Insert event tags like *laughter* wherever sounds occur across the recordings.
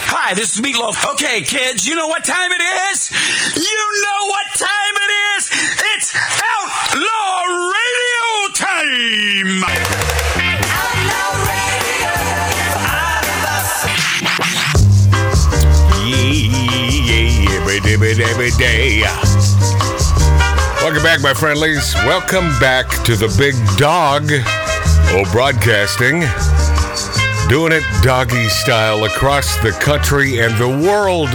Hi, this is Meatloaf. Okay, kids, you know what time it is? You know what time it is? It's Outlaw Radio time! Yeah, every day, every day, every day. Welcome back, my friendlies. Welcome back to the big dog. Oh, broadcasting. Doing it doggy style across the country and the world.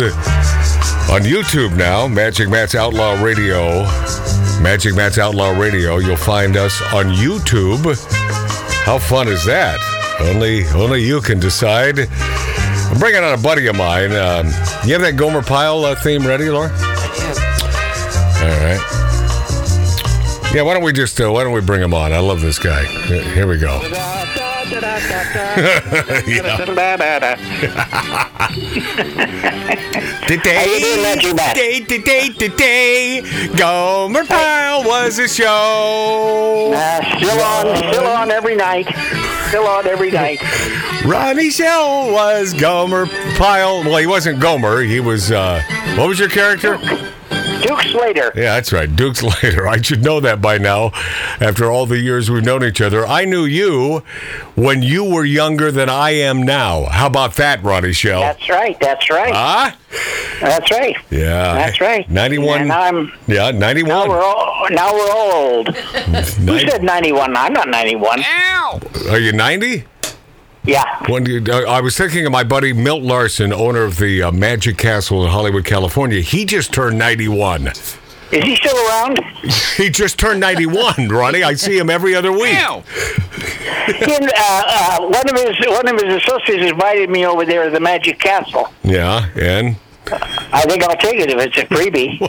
On YouTube now, Magic Matt's Outlaw Radio. Magic Matt's Outlaw Radio. You'll find us on YouTube. How fun is that? Only, only you can decide. I'm bringing out a buddy of mine. Um, you have that Gomer Pyle uh, theme ready, Laura? All right. Yeah, why don't we just uh, why don't we bring him on? I love this guy. Here here we go. *laughs* Yeah. you doing, Today, Magic Matt? today, today, today, Gomer Pyle was a show. Uh, still on, still on every night. Still on every night. Ronnie Shell was Gomer Pyle. Well, he wasn't Gomer. He was uh, what was your character? Duke Slater. Yeah, that's right. Duke's *laughs* later. I should know that by now. After all the years we've known each other, I knew you when you were younger than I am now. How about that, Ronnie Shell? That's right. That's right. Huh? that's right. Yeah. That's right. Ninety-one. And I'm yeah, now we're ninety-one. all now we're all old. Who Nin- said 91? I'm not 91. Are you ninety? Yeah. When you, uh, I was thinking of my buddy Milt Larson, owner of the uh, Magic Castle in Hollywood, California. He just turned ninety-one. Is he still around? He just turned ninety-one, Ronnie. I see him every other week. In, uh, uh, one of his one of his associates invited me over there to the Magic Castle. Yeah, and I think I'll take it if it's a freebie.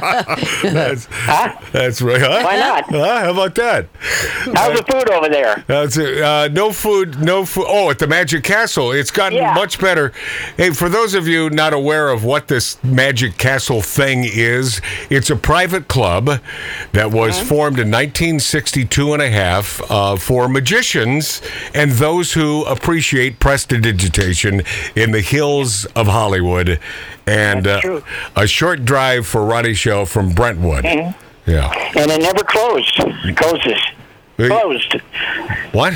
that's huh? that's right. Huh? Why not? Huh? How about that? How's the food over there? That's it. Uh, no food, no food. Oh, at the Magic Castle, it's gotten Yeah. much better. Hey, for those of you not aware of what this Magic Castle thing is, it's a private club that was Uh-huh. formed in 1962 and a half uh, for magicians and those who appreciate prestidigitation in the hills of Hollywood, and That's uh, true. a short drive for Roddy Show from Brentwood. Mm-hmm. Yeah. And it never closed. Closes. Hey. Closed. What?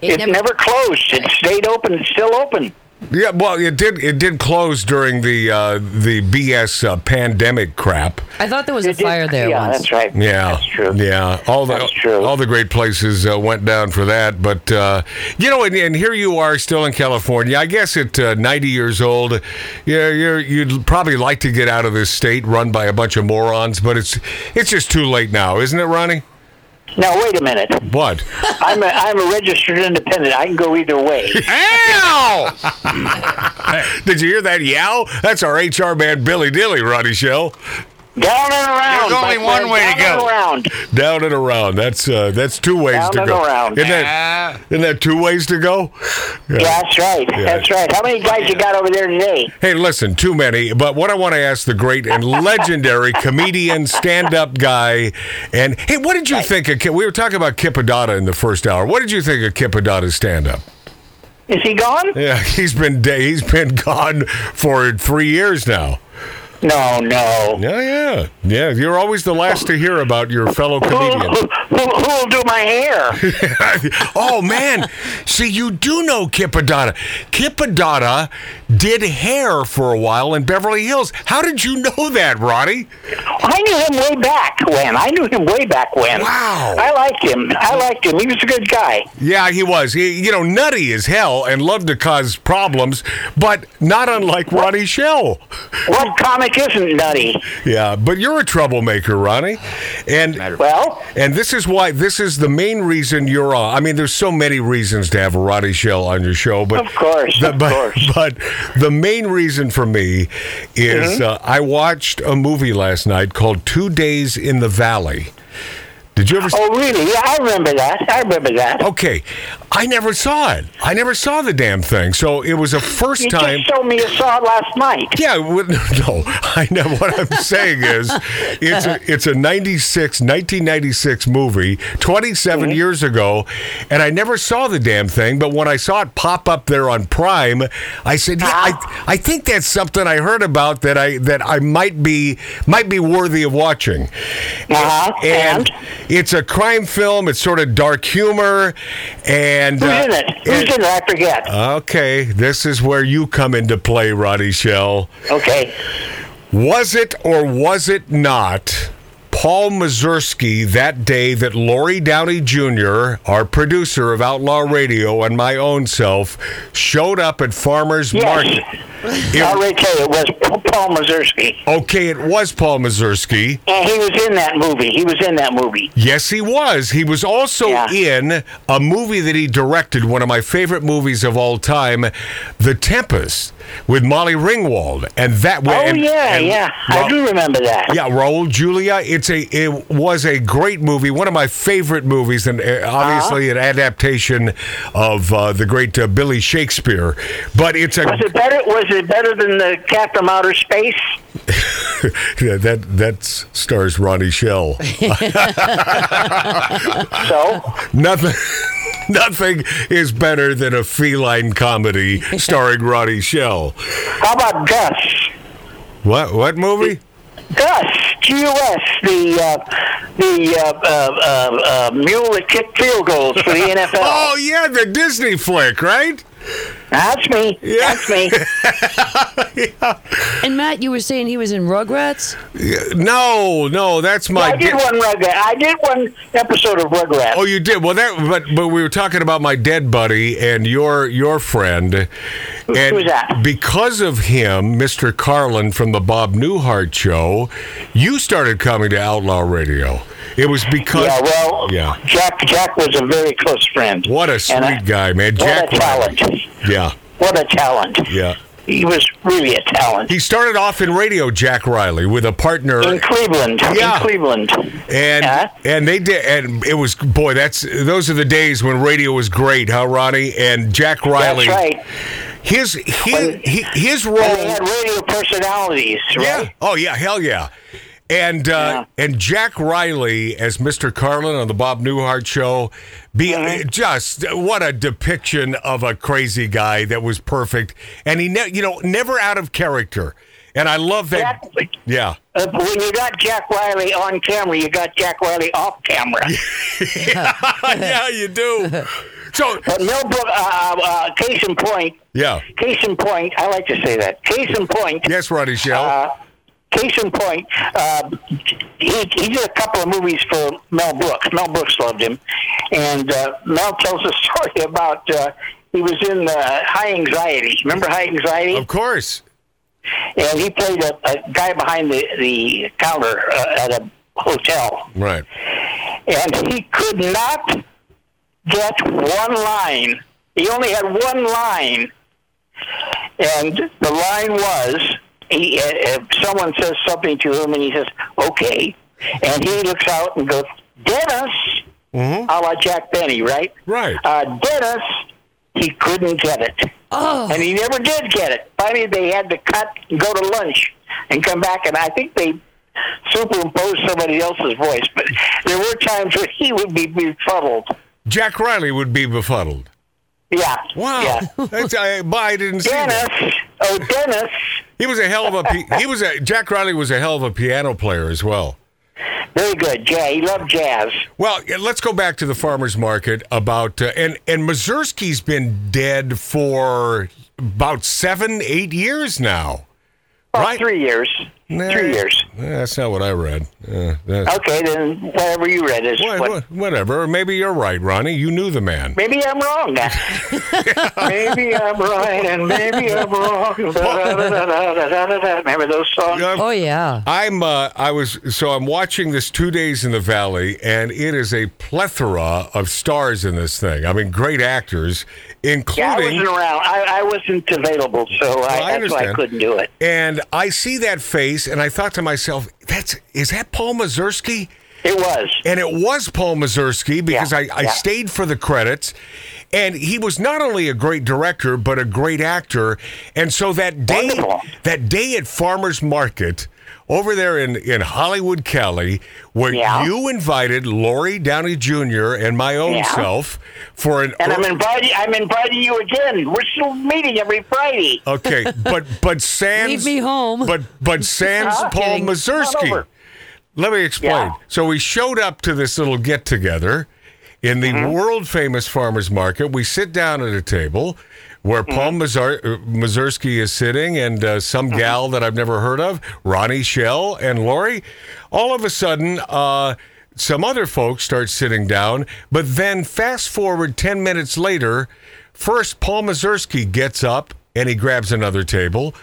It It never- never closed. It stayed open. It's still open. Yeah, well, it did. It did close during the uh, the BS uh, pandemic crap. I thought there was a It did- fire there Yeah, once. that's right. Yeah, that's true. Yeah, all the That's true. all the great places uh, went down for that. But uh, you know, and, and here you are still in California. I guess at uh, 90 years old, yeah, you're, you'd probably like to get out of this state run by a bunch of morons. But it's it's just too late now, isn't it, Ronnie? Now wait a minute. What? I'm a I'm a registered independent. I can go either way. Ow! Did you hear that yowl? That's our HR man, Billy Dilly, Ronnie Shell. Down and around. There's only my one friend. way to Down and go. around. Down and around. That's uh, that's two ways Down to and go. around. Isn't that, Ah, isn't that two ways to go? Yeah, that's right. That's right. How many guys you got over there today? Hey, listen, too many. But what I want to ask the great and *laughs* legendary comedian, stand-up guy, and hey, what did you think of? Ki- We were talking about Kipadada in the first hour. What did you think of Kipadada's stand-up? Is he gone? Yeah, *laughs* he's been da- he's been *laughs* gone for three years now. No, no. Yeah, yeah, yeah. You're always the last to hear about your *laughs* fellow Who, comedian. who, who, who'll do my hair? *laughs* oh man, see you do know Kipadada. Kipadada did hair for a while in Beverly Hills. How did you know that, Ronnie? I knew him way back when. I knew him way back when. Wow. I liked him. I liked him. He was a good guy. Yeah, he was. He, you know, nutty as hell and loved to cause problems, but not unlike Ronnie Shell. What comic isn't nutty? Yeah, but you're a troublemaker, Ronnie. And Well, And this is why this is the main reason you're on. I mean, there's so many reasons to have a Roddy Shell on your show, but Of course, the, of but, course. but the main reason for me is Mm-hmm. uh, I watched a movie last night called Two Days in the Valley. Did you ever? see oh really? Yeah, I remember that. I remember that. Okay, I never saw it. I never saw the damn thing. So it was a first You time. just told me you saw it last night. Yeah, it would- *laughs* no, I know what I'm saying is it's a, it's a 96 1996 movie 27 Mm-hmm. years ago and I never saw the damn thing but when I saw it pop up there on Prime I said yeah Ah. I, I think that's something I heard about that I that I might be might be worthy of watching. Uh-huh, And, and? it's a crime film, it's sort of dark humor and Who's uh, in it? Who's and- uh, in it? I forget. Okay, this is where you come into play, Roddy Shell. okay. Was it or was it not Paul Mazursky that day that Lori Downey Jr., our producer of Outlaw Radio and my own self, showed up at Farmer's Yes. *laughs* Market? It- I'll already tell you, it was Paul Mazursky. okay, it was Paul Mazursky. And he was in that movie. He was in that movie. Yes, he was. He was also Yeah. in a movie that he directed, one of my favorite movies of all time, The Tempest, with Molly Ringwald. And that Oh, and- yeah, and- yeah. well, I do remember that. Yeah, Raul Julia. It's a it was a great movie, one of my favorite movies, and uh, obviously Uh-huh. an adaptation of uh, the great uh, Billy Shakespeare. But it's a Was it better? Was it better than the Cat from Outer Space? *laughs* yeah, that that stars Ronnie Shell. *laughs* So Nothing. *laughs* Nothing is better than a feline comedy starring Ronnie Shell. how about Gus? What what movie? Gus, G-U-S, the uh, the uh, uh, uh, uh, mule that kicked field goals for the *laughs* NFL. Oh yeah, the Disney flick, right? That's me. That's me. And Matt, you were saying he was in Rugrats. No, no, that's my. I did one Rugrat. I did one episode of Rugrats. Oh, you did. Well, that but but we were talking about my dead buddy and your your friend, and who's that? because of him, Mr. Carlin from the Bob Newhart show, you started coming to Outlaw Radio. It was because yeah. Well, Yeah. Jack Jack was a very close friend. what a sweet And I- guy, man, What Jack. a Riley. talent! Yeah, What a talent! yeah. He was really a talent. He started off in radio, Jack Riley, with a partner in Cleveland. Yeah. In Cleveland. And Yeah. and they did, and it was boy. That's those are the days when radio was great, huh, Ronnie? And Jack Riley. That's right. His his When- his, his And they role. had radio personalities, Yeah. right? Oh yeah. Hell yeah. And uh, and Jack Riley as Mr. Carlin on the Bob Newhart show, be Uh-huh. just what a depiction of a crazy guy that was perfect, and he ne- you know never out of character, and I love that. Exactly. Yeah. *laughs* Uh, but when you got Jack Riley on camera, you got Jack Riley off camera. yeah, you *laughs* do. So But Millbrook, uh, uh, uh, case in point, yeah. case in point, I like to say that. Case in point, Yes, Ronnie Shell. uh, case in point, uh, he, he did a couple of movies for Mel Brooks. Mel Brooks loved him. And uh, Mel tells a *laughs* story about uh, he was in uh, High Anxiety. Remember High Anxiety? of course. and he played a, a guy behind the, the counter uh, at a hotel. Right. And he could not get one line. He only had one line. And the line was he, uh, uh, someone says something to him, and he says, okay. And he looks out and goes, Dennis, a la Jack Benny, right? Right. Uh, Dennis, he couldn't get it. Oh, And he never did get it. Finally, they had to cut and go to lunch and come back. And I think they superimposed somebody else's voice. But there were times where he would be befuddled. Jack Riley would be befuddled. Yeah. Wow. *laughs* Yeah. That's, I, but I didn't see that. Dennis. Oh, Dennis. He was a hell of a pi- he was a Jack Riley was a hell of a piano player as well. Very good. Yeah, he loved jazz. Well, yeah, let's go back to the farmers market about uh, and and Mazursky's been dead for about seven eight years now. Oh, Right. Three years. Nah, Three years. That's not what I read. Uh, that's, Okay, then whatever you read is Wha- what. wha- Whatever. Maybe you're right, Ronnie. You knew the man. Maybe I'm wrong. *laughs* maybe I'm right and maybe I'm *laughs* wrong. Remember those songs? Yeah, oh yeah. Uh, I'm uh, I was so I'm watching this two days in the valley, and it is a plethora of stars in this thing. I mean, great actors, Yeah, I including. wasn't around. I, I wasn't available, so I, Well, I that's why I understand. couldn't do it. and I see that face, and I thought to myself, "That's is that Paul Mazursky?" It was. And it was Paul Mazursky because Yeah, I, I yeah. stayed for the credits, And he was not only a great director, but a great actor. And so that day, Wonderful. that day at Farmer's Market over there in, in Hollywood, Cali, where Yeah. you invited Lori Downey Jr. and my own Yeah. self for an. And I'm inviting. I'm inviting you again. We're still meeting every Friday. Okay, but *laughs* but Sans me home. But *laughs* but Sans Huh? Paul Kidding. Come Mazursky. over. Let me explain. Yeah. So we showed up to this little get together in the world famous farmers market. We sit down at a table where Paul Mazur- uh, Mazursky is sitting and uh, some gal that I've never heard of, Ronnie Shell and Lori. All of a sudden, uh, some other folks start sitting down, but then fast forward 10 minutes later, first Paul Mazursky gets up and he grabs another table.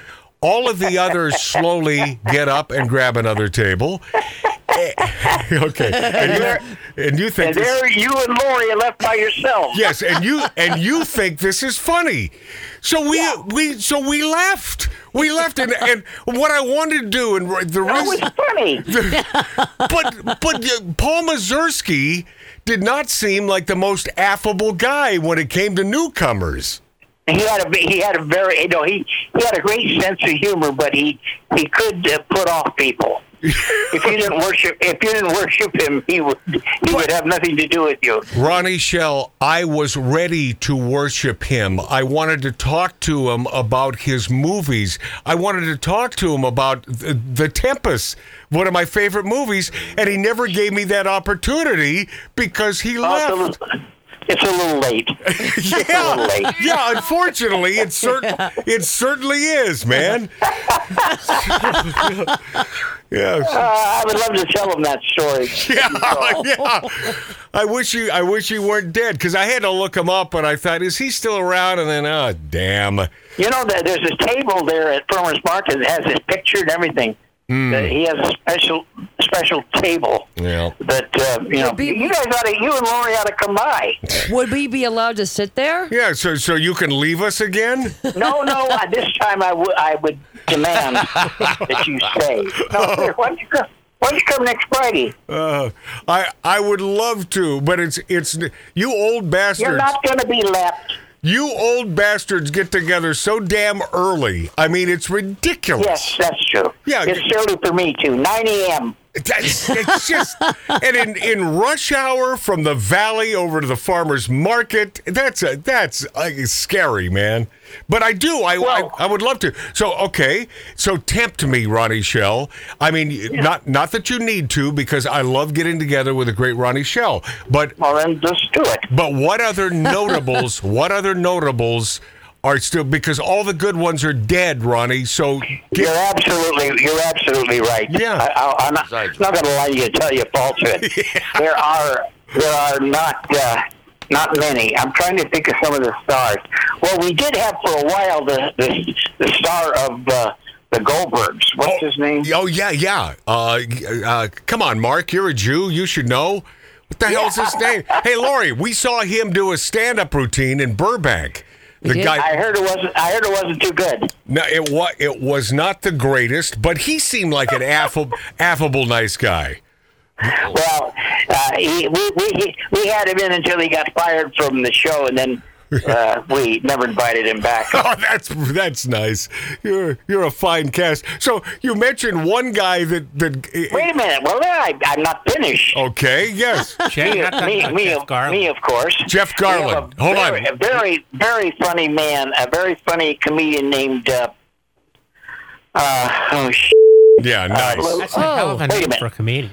All of the others slowly get up and grab another table. *laughs* okay. And you, and you think And this- there, you and Lori are left by yourself. *laughs* yes, and you and you think this is funny. So we we so we left. We left, and, and what I wanted to do, and the That reason, was *laughs* funny. but but uh, Paul Mazursky did not seem like the most affable guy when it came to newcomers. He had a he had a very you know he he had a great sense of humor, but he he could uh, put off *laughs* people. if you didn't worship if you didn't worship him, he would he would have nothing to do with you. Ronnie Shell, I was ready to worship him. I wanted to talk to him about his movies. I wanted to talk to him about The, the Tempest, one of my favorite movies, and he never gave me that opportunity because he It's a left. little- It's a little *laughs* late. It's a little Yeah, late. yeah. Unfortunately, it certain it certainly is, man. *laughs* yeah. Uh, I would love to tell him that story. yeah, yeah. *laughs* I wish you. I wish you weren't dead because I had to look him up, and I thought, is he still around? And then, oh, damn. You know that there's a table there at Farmers Market that has his picture and everything. Uh, He has a special special table Yeah. that uh, you know. be- you guys ought to, you and Lori ought to come by. Would we be allowed to sit there? Yeah. So, so you can leave us again? *laughs* No, no. I, this time I would I would demand that you stay. No, here, why don't you come? Why don't you come next Friday? Uh, I I would love to, but it's it's you old bastards. You're not going to be left. you old bastards get together so damn early. I mean, it's ridiculous. Yes, that's true. Yeah. it's early for me too. Nine a.m. That's, it's just, and in, in rush hour from the valley over to the farmer's market, that's a that's uh scary, man. But I do, I, Well- I I would love to. So okay, so tempt me, Ronnie Shell. I mean, not not that you need to, because I love getting together with a great Ronnie Shell. But Well, then just do it. but what other notables? what other notables are still because all the good ones are dead, Ronnie. So You're absolutely, you're absolutely right. Yeah. I, I, I'm not, not going to lie to you and tell you *laughs* a falsehood. There are, there are not, uh, not many. I'm trying to think of some of the stars. Well, we did have for a while the the, the star of uh, the Goldbergs. What's his name? Oh yeah, yeah. Uh, uh, come on, Mark. You're a Jew. You should know. What the hell's his name? Hey, Lori. We saw him do a stand-up routine in Burbank. The did? guy. I heard it wasn't. I heard it wasn't too good. No, it was. It was not the greatest, but he seemed like an affable, affable, nice guy. *laughs* Well, uh, he, we we we had him in until he got fired from the show, *laughs* and then uh, we never invited him back. Oh, that's that's nice. You're you're a fine cast. So you mentioned one guy that that. Wait a minute. Well, I, I'm not finished. Okay. Yes. Check me, out that- me, uh, me, Jeff of- Garland. me, of course. Jeff We have a Garland. Hold on. very- A very, very funny man, a very funny comedian named. Uh, uh, oh, sh- Yeah. Nice. That's a hell of a Wait a name minute. for a comedian.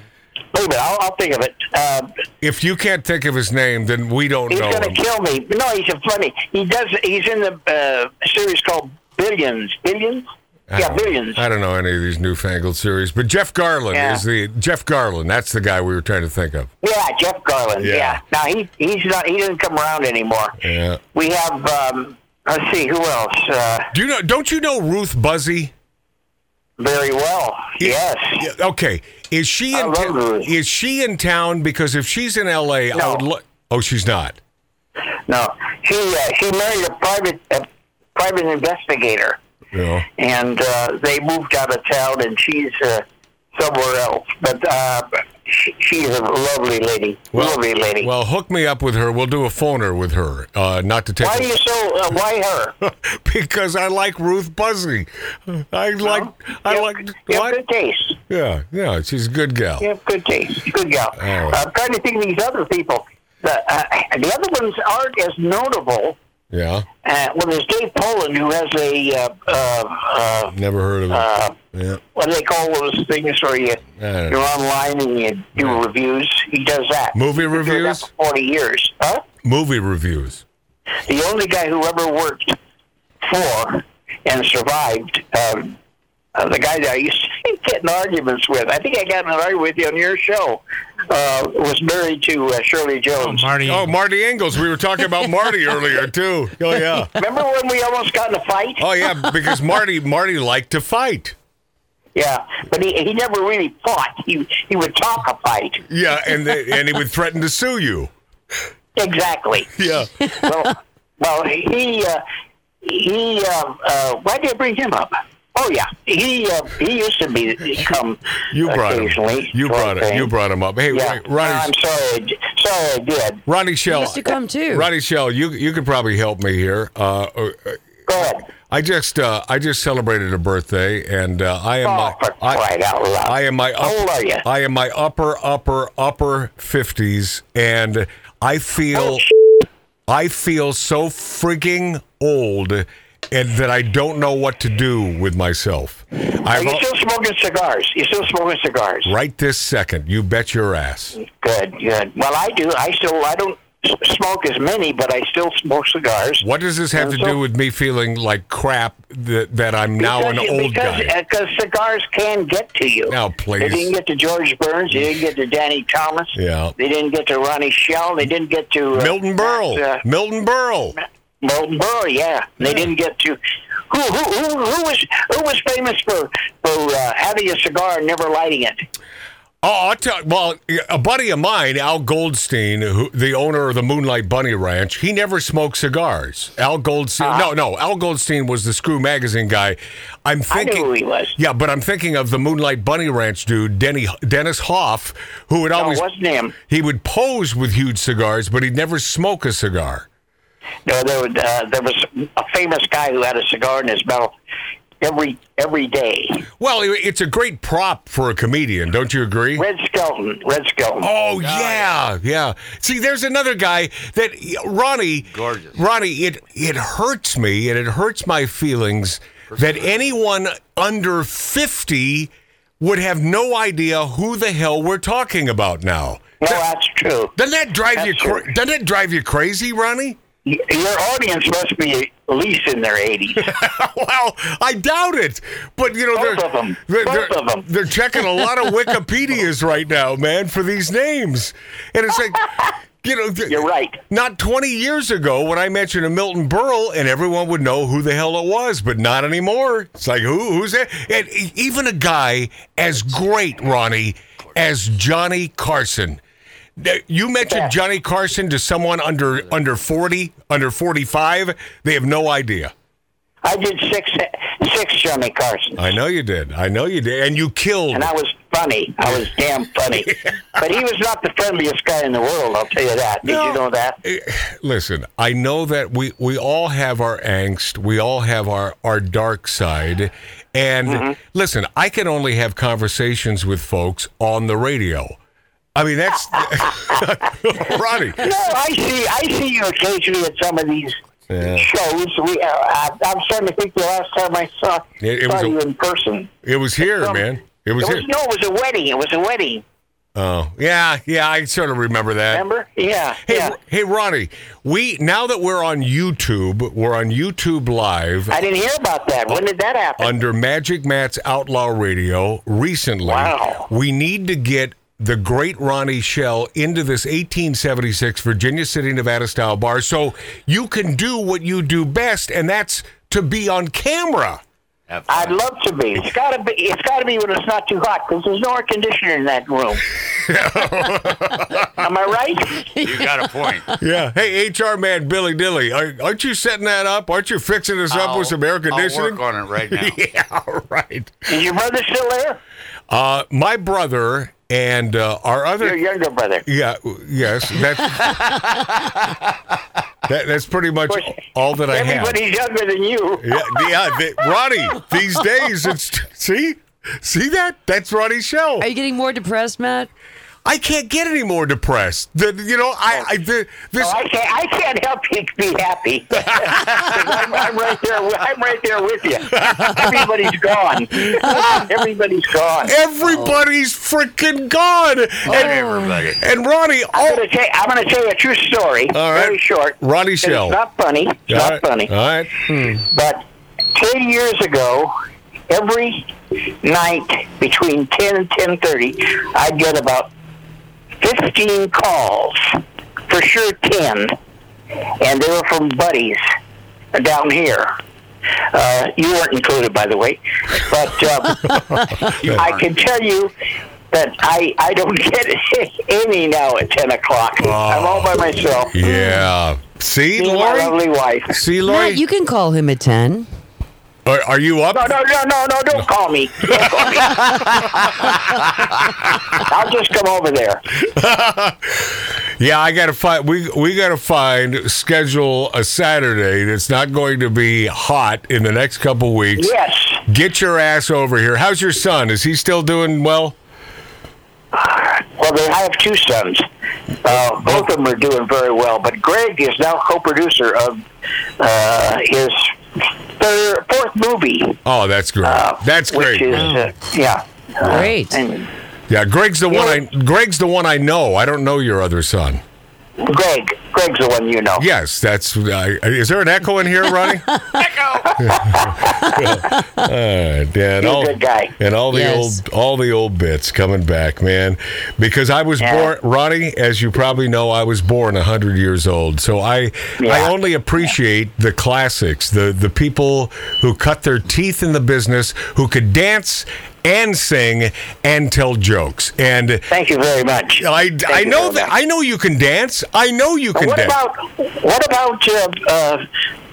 wait a minute. I'll, I'll think of it. Uh, If you can't think of his name, then we don't he's know gonna him. kill me. No, he's a funny. He does. He's in the uh, series called Billions. Billions. I Yeah, don't- billions. I don't know any of these newfangled series, but Jeff Garland Yeah. is the Jeff Garland. That's the guy we were trying to think of. Yeah, Jeff Garland. Yeah. Yeah. Now he he's not. He doesn't come around anymore. Yeah. We have. Um, let's see who else. Uh, Do you know? Don't you know Ruth Buzzy? very well. yes. Yeah, Okay. Is she I in? love ta- Ruth. Is she in town? Because if she's in L.A., I No. would look. Oh, she's not. No, she uh, she married a private a private investigator, No. and uh, they moved out of town, and she's uh, somewhere else. But uh, she, she's a lovely lady. lovely lady. well, hook me up with her. We'll do a phoner with her. Uh, not to take why are you so? Uh, why her? *laughs* because I like Ruth Buzzy. I like *laughs* I You have- like You have what? good taste. Yeah, yeah, she's a good gal. You have good taste. Good gal. Uh, All right. I'm trying to think of these other people. The, uh, the other ones aren't as notable. Yeah, Uh, well, there's Dave Poland who has a uh, uh, uh, never heard of it. uh, yeah. what do they call those things where you don't you're online and you do reviews? He does that. Movie He's doing that reviews? for forty years, huh? Movie reviews. The only guy who ever worked for and survived. Um, uh, the guy that I used to get in arguments with, I think I got in an argument with you on your show, uh, was married to uh, Shirley Jones. Marty. Oh, Marty Ingalls. We were talking about *laughs* Marty earlier too. Oh yeah. Remember when we almost got in a fight? Oh yeah, because Marty Marty liked to fight. Yeah, but he, he never really fought. He he would talk a fight. Yeah, and they, and he would threaten to sue you. Exactly. Yeah. well, *laughs* well, he uh, he. Uh, uh, why did I bring him up? Oh yeah, he uh, he used to be come You brought him. occasionally. You to our brought it. thing. You brought him up. Hey, Yeah, Um, Ron- Ronnie. I'm sorry. I d- Sorry, I did. Ronnie Shell. used to come, too. Ronnie Shell, you you could probably help me here. Uh, uh, Go ahead. I just uh, I just celebrated a birthday, and uh, I am Oh, my for I, crying out loud! I am my How old are you? upper, I am my upper upper upper fifties, and I feel Oh, I feel so frigging old, and that I don't know what to do with myself. Are I've you al- still smoking cigars? You still smoking cigars? right this second. You bet your ass. Good, good. Well, I do. I still. I don't s- smoke as many, but I still smoke cigars. What does this have to And so- do with me feeling like crap that, that I'm now an Because- old because, guy? Because cigars can get to you. Now, please. They didn't get to George Burns. They didn't get to Danny Thomas. Yeah. They didn't get to Ronnie Shell. They didn't get to uh, Milton Berle. Uh, Milton Berle. Milton Berle. Yeah. They didn't get to. Who, who, who, who was who was famous for for uh, having a cigar and never lighting it? Oh, I'll tell, well, a buddy of mine, Al Goldstein, who, the owner of the Moonlight Bunny Ranch, he never smoked cigars. Al Goldstein, no, no, Al Goldstein was the Screw Magazine guy. I'm Ah. I thinking, knew who he was. yeah, but I'm thinking of the Moonlight Bunny Ranch dude, Denny, Dennis Hoff, who would No, it always wasn't him. he would pose with huge cigars, but he'd never smoke a cigar. No, there was uh, there was a famous guy who had a cigar in his mouth every every day. Well, it- it's a great prop for a comedian, don't you agree? Red Skelton. Red Skelton. Oh yeah, yeah, See, there's another guy that Ronnie. Gorgeous. Ronnie, it it hurts me and it hurts my feelings that anyone under fifty would have no idea who the hell we're talking about now. no, that's true. Doesn't that drive That's you? Cra- true. doesn't that drive you crazy, Ronnie? *laughs* Y- Your audience must be at least in their *laughs* 80s. well, I doubt it. But you know, Both they're, of 'em. They're, Both they're- of 'em. they're checking a lot *laughs* of Wikipedias right now, man, for these names, and it's *laughs* like. You know, th- You're right. Not 20 years ago, when I mentioned a Milton Berle, and everyone would know who the hell it was, but not anymore. It's like who? Who's that? And e- even a guy as great, Ronnie, as Johnny Carson. Th- You mentioned Yeah. Johnny Carson to someone under under 40, under 45, they have no idea. I did six six Johnny Carsons, I know you did. I know you did. And you killed. and I was funny. I was *laughs* damn funny. But he was not the friendliest guy in the world. I'll tell you that. Did No. you know that? Eh, Listen, I know that we, we all have our angst. We all have our, our dark side. And listen, I can only have conversations with folks on the radio. I mean, that's *laughs* Ronnie. No, I see. I see you occasionally at some of these Yeah. shows. We, uh, I, I'm starting to think the last time I saw, It- it saw was a- you in person. It was here, Um, man. It was it here. was no, it was a wedding. It was a wedding. Oh, yeah, yeah. I sort of remember that. Remember? Yeah, Hey, yeah. hey, Ronnie. We now that we're on YouTube, we're on YouTube Live. I didn't hear about that. When did that happen? under Magic Matt's Outlaw Radio recently. Wow. We need to get the great Ronnie Shell into this 1876 Virginia City, Nevada style bar so you can do what you do best, and that's to be on camera. Have I'd fun. love to be. It's gotta be. It's gotta be when it's not too hot because there's no air conditioner in *laughs* that room. Am I right? you got a point. Yeah. *laughs* Hey, HR man Billy Dilly, are, aren't you setting that up? Aren't you fixing this up with some air I'll conditioning? work on it right now. *laughs* yeah, all right. Is your brother still there? Uh, my brother and uh, our other Your younger brother. Yeah. w- Yes. That's that, that's pretty much Of course, all that I have. Everybody's younger than you. Yeah. yeah th- Ronnie. These days, it's see, see that that's Ronnie's show. Are you getting more depressed, Matt? I can't get any more depressed. The, you know, I, I the, this. Oh, I can't. I can't help you be happy. *laughs* 'Cause I'm, I'm right there. wi- I'm right there with you. Everybody's gone. Everybody's gone. Everybody's freaking gone. Oh. And, Everybody. and Ronnie, I'm oh, gonna tell. I'm gonna tell you a true story. All right. Very short. Ronnie And Shell. It's not funny. It's all not right, funny. All right. But ten years ago, every night between ten and ten thirty, I'd get about fifteen calls, for sure ten, and they were from buddies down here. Uh, you weren't included, by the way, but um, I can tell you that I I don't get *laughs* any now at ten o'clock. I'm all by myself. Yeah. See, Me and my Lori. lovely wife. See, Lori. Matt, you can call him at 10. are, are you up? No, no, no, no, no, don't call *laughs* me. Don't call me. I'll just come over there. Yeah, I gotta find we we gotta find schedule a Saturday that's not going to be hot in the next couple weeks. Yes. Get your ass over here. How's your son? Is he still doing well? Well, they, I have two sons. Uh, both of them are doing very well, but Greg is now co-producer of uh, his third, fourth movie. Oh, that's great. Uh, that's great. Which is, uh, yeah. Uh, Great. and yeah, Greg's the one I Greg's the one I know. I don't know your other son. Greg, Greg's the one you know. Yes, that's. Uh, is there an echo in here, Ronnie? Echo. Uh, and a all, good guy. And all the Yes. old all the old bits coming back, man. Because I was Yeah. born Ronnie, as you probably know, I was born hundred years old. So I I Yeah. only appreciate the classics, the the people who cut their teeth in the business, who could dance and sing and tell jokes. And *laughs* Thank you very much. I, Thank I you know very that much. I know you can dance. I know you can What dance. about what about uh,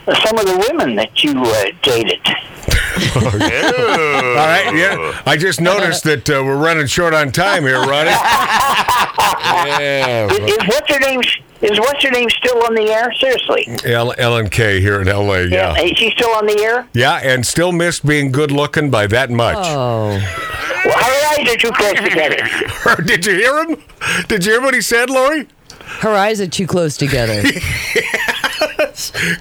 uh, some of the women that you uh, dated? Ew. all right, yeah. I just noticed that uh, we're running short on time here, Ronnie. *laughs* yeah. Is, is what's her name? Is what's her name still on the air? Seriously, L- LNK here in LA. Yeah. yeah. is she still on the air? and still missed being good looking by that much. *laughs* Oh. Well, her eyes are too close together. Did you hear him? Did you hear what he said, Lori? Her eyes are too *laughs* close together.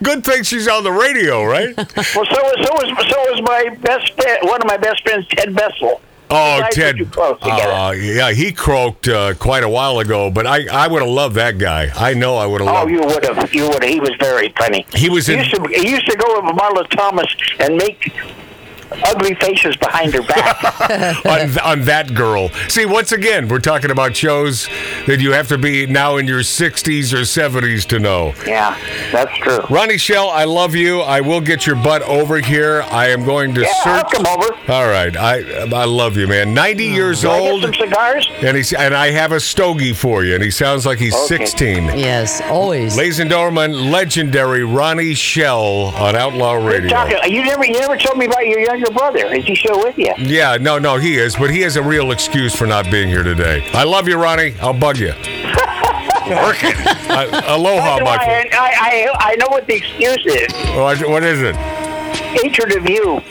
Good thing she's on the radio, *laughs* right? Well, so was so was so was my best friend, one of my best friends, Ted Bessel. Oh, His eyes Ted. Are too close together. Uh, yeah, he croaked uh, quite a while ago, but I, I would have loved that guy. I know I would have Oh, loved you would have. You would have. He was very funny. He was in- used to, he used to go over Marla Thomas and make ugly faces behind her *laughs* back. on, th- on that girl. See, once again, we're talking about shows that you have to be now in your 60s or 70s to know. yeah, that's true. Ronnie Shell, I love you. I will get your butt over here. I am going to Yeah, I'll search. come over. All right, I I love you, man. Ninety years Do Mm. I get old, some cigars? and he's and I have a stogie for you, and he sounds like he's Okay. sixteen. yes, always. Ladies and gentlemen, legendary Ronnie Shell on Outlaw Radio. Talking, you never, you never told me about your younger brother. Is he still with you? Yeah, no, no, he is, but he has a real excuse for not being here today. I love you, Ronnie. I'll bug *laughs* you. Working. I, aloha, No, my friend. I, I, I, I know what the excuse is. What, what is it? Hatred of you.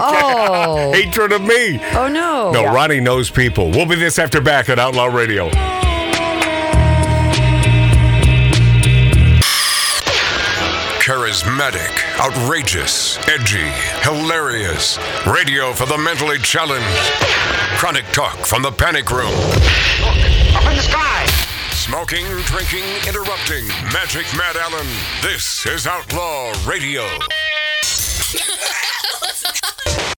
Oh. Hatred of me. Oh, no. No, Ronnie knows people. We'll be this after back at Outlaw Radio. Charismatic, outrageous, edgy, hilarious. Radio for the mentally challenged. Chronic talk from the panic room. Up in the sky! Smoking, drinking, interrupting. Magic Mad Allen. This is Outlaw Radio.